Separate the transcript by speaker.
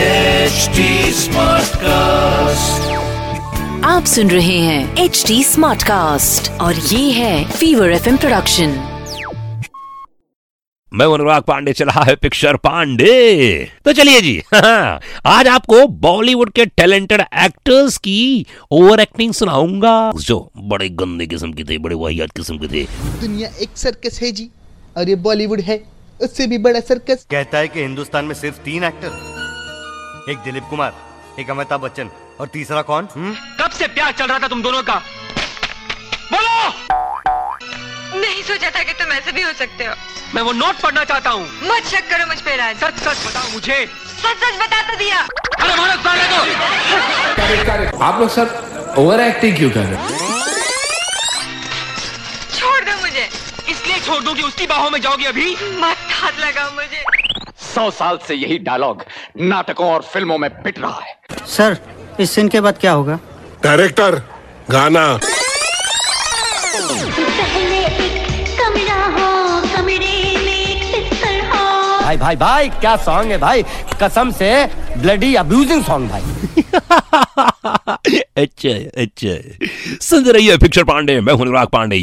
Speaker 1: H D smart cast
Speaker 2: आप सुन रहे हैं एच डी स्मार्ट कास्ट और ये है फीवर एफ प्रोडक्शन
Speaker 3: मैं अनुराग पांडे चला है पिक्चर पांडे तो चलिए जी हाँ, आज आपको बॉलीवुड के टैलेंटेड एक्टर्स की ओवर एक्टिंग सुनाऊंगा जो बड़े गंदे किस्म की थे बड़े वाहियात किस्म के थे
Speaker 4: दुनिया एक सर्कस है जी और ये बॉलीवुड है उससे भी बड़ा सर्कस
Speaker 5: कहता है कि हिंदुस्तान में सिर्फ तीन एक्टर एक दिलीप कुमार एक अमिताभ बच्चन और तीसरा कौन हम्म?
Speaker 6: कब से प्यार चल रहा था तुम दोनों का बोलो
Speaker 7: नहीं सोचा था कि तुम ऐसे भी हो सकते हो
Speaker 6: मैं वो नोट पढ़ना चाहता हूँ
Speaker 7: मत शक करो मुझ पे राज
Speaker 6: सच सच बताओ मुझे
Speaker 7: सच सच बता तो दिया
Speaker 6: अरे भारत मारने दो
Speaker 8: आप लोग सर ओवर एक्टिंग क्यों कर रहे हो
Speaker 7: छोड़ दो मुझे
Speaker 6: इसलिए छोड़ दो कि उसकी बाहों में जाओगे अभी
Speaker 7: मत हाथ लगाओ मुझे
Speaker 9: सौ साल से यही डायलॉग नाटकों और फिल्मों में पिट रहा है
Speaker 10: सर इस सीन के बाद क्या होगा
Speaker 11: डायरेक्टर गाना
Speaker 7: पहले एक कमरा हो कमरे में एक बिस्तर हो
Speaker 9: भाई भाई भाई क्या सॉन्ग है भाई कसम से ब्लडी अब्यूजिंग सॉन्ग भाई
Speaker 3: अच्छा अच्छा सुनते रहिए पिक्चर पांडे मैं हूं अनुराग पांडे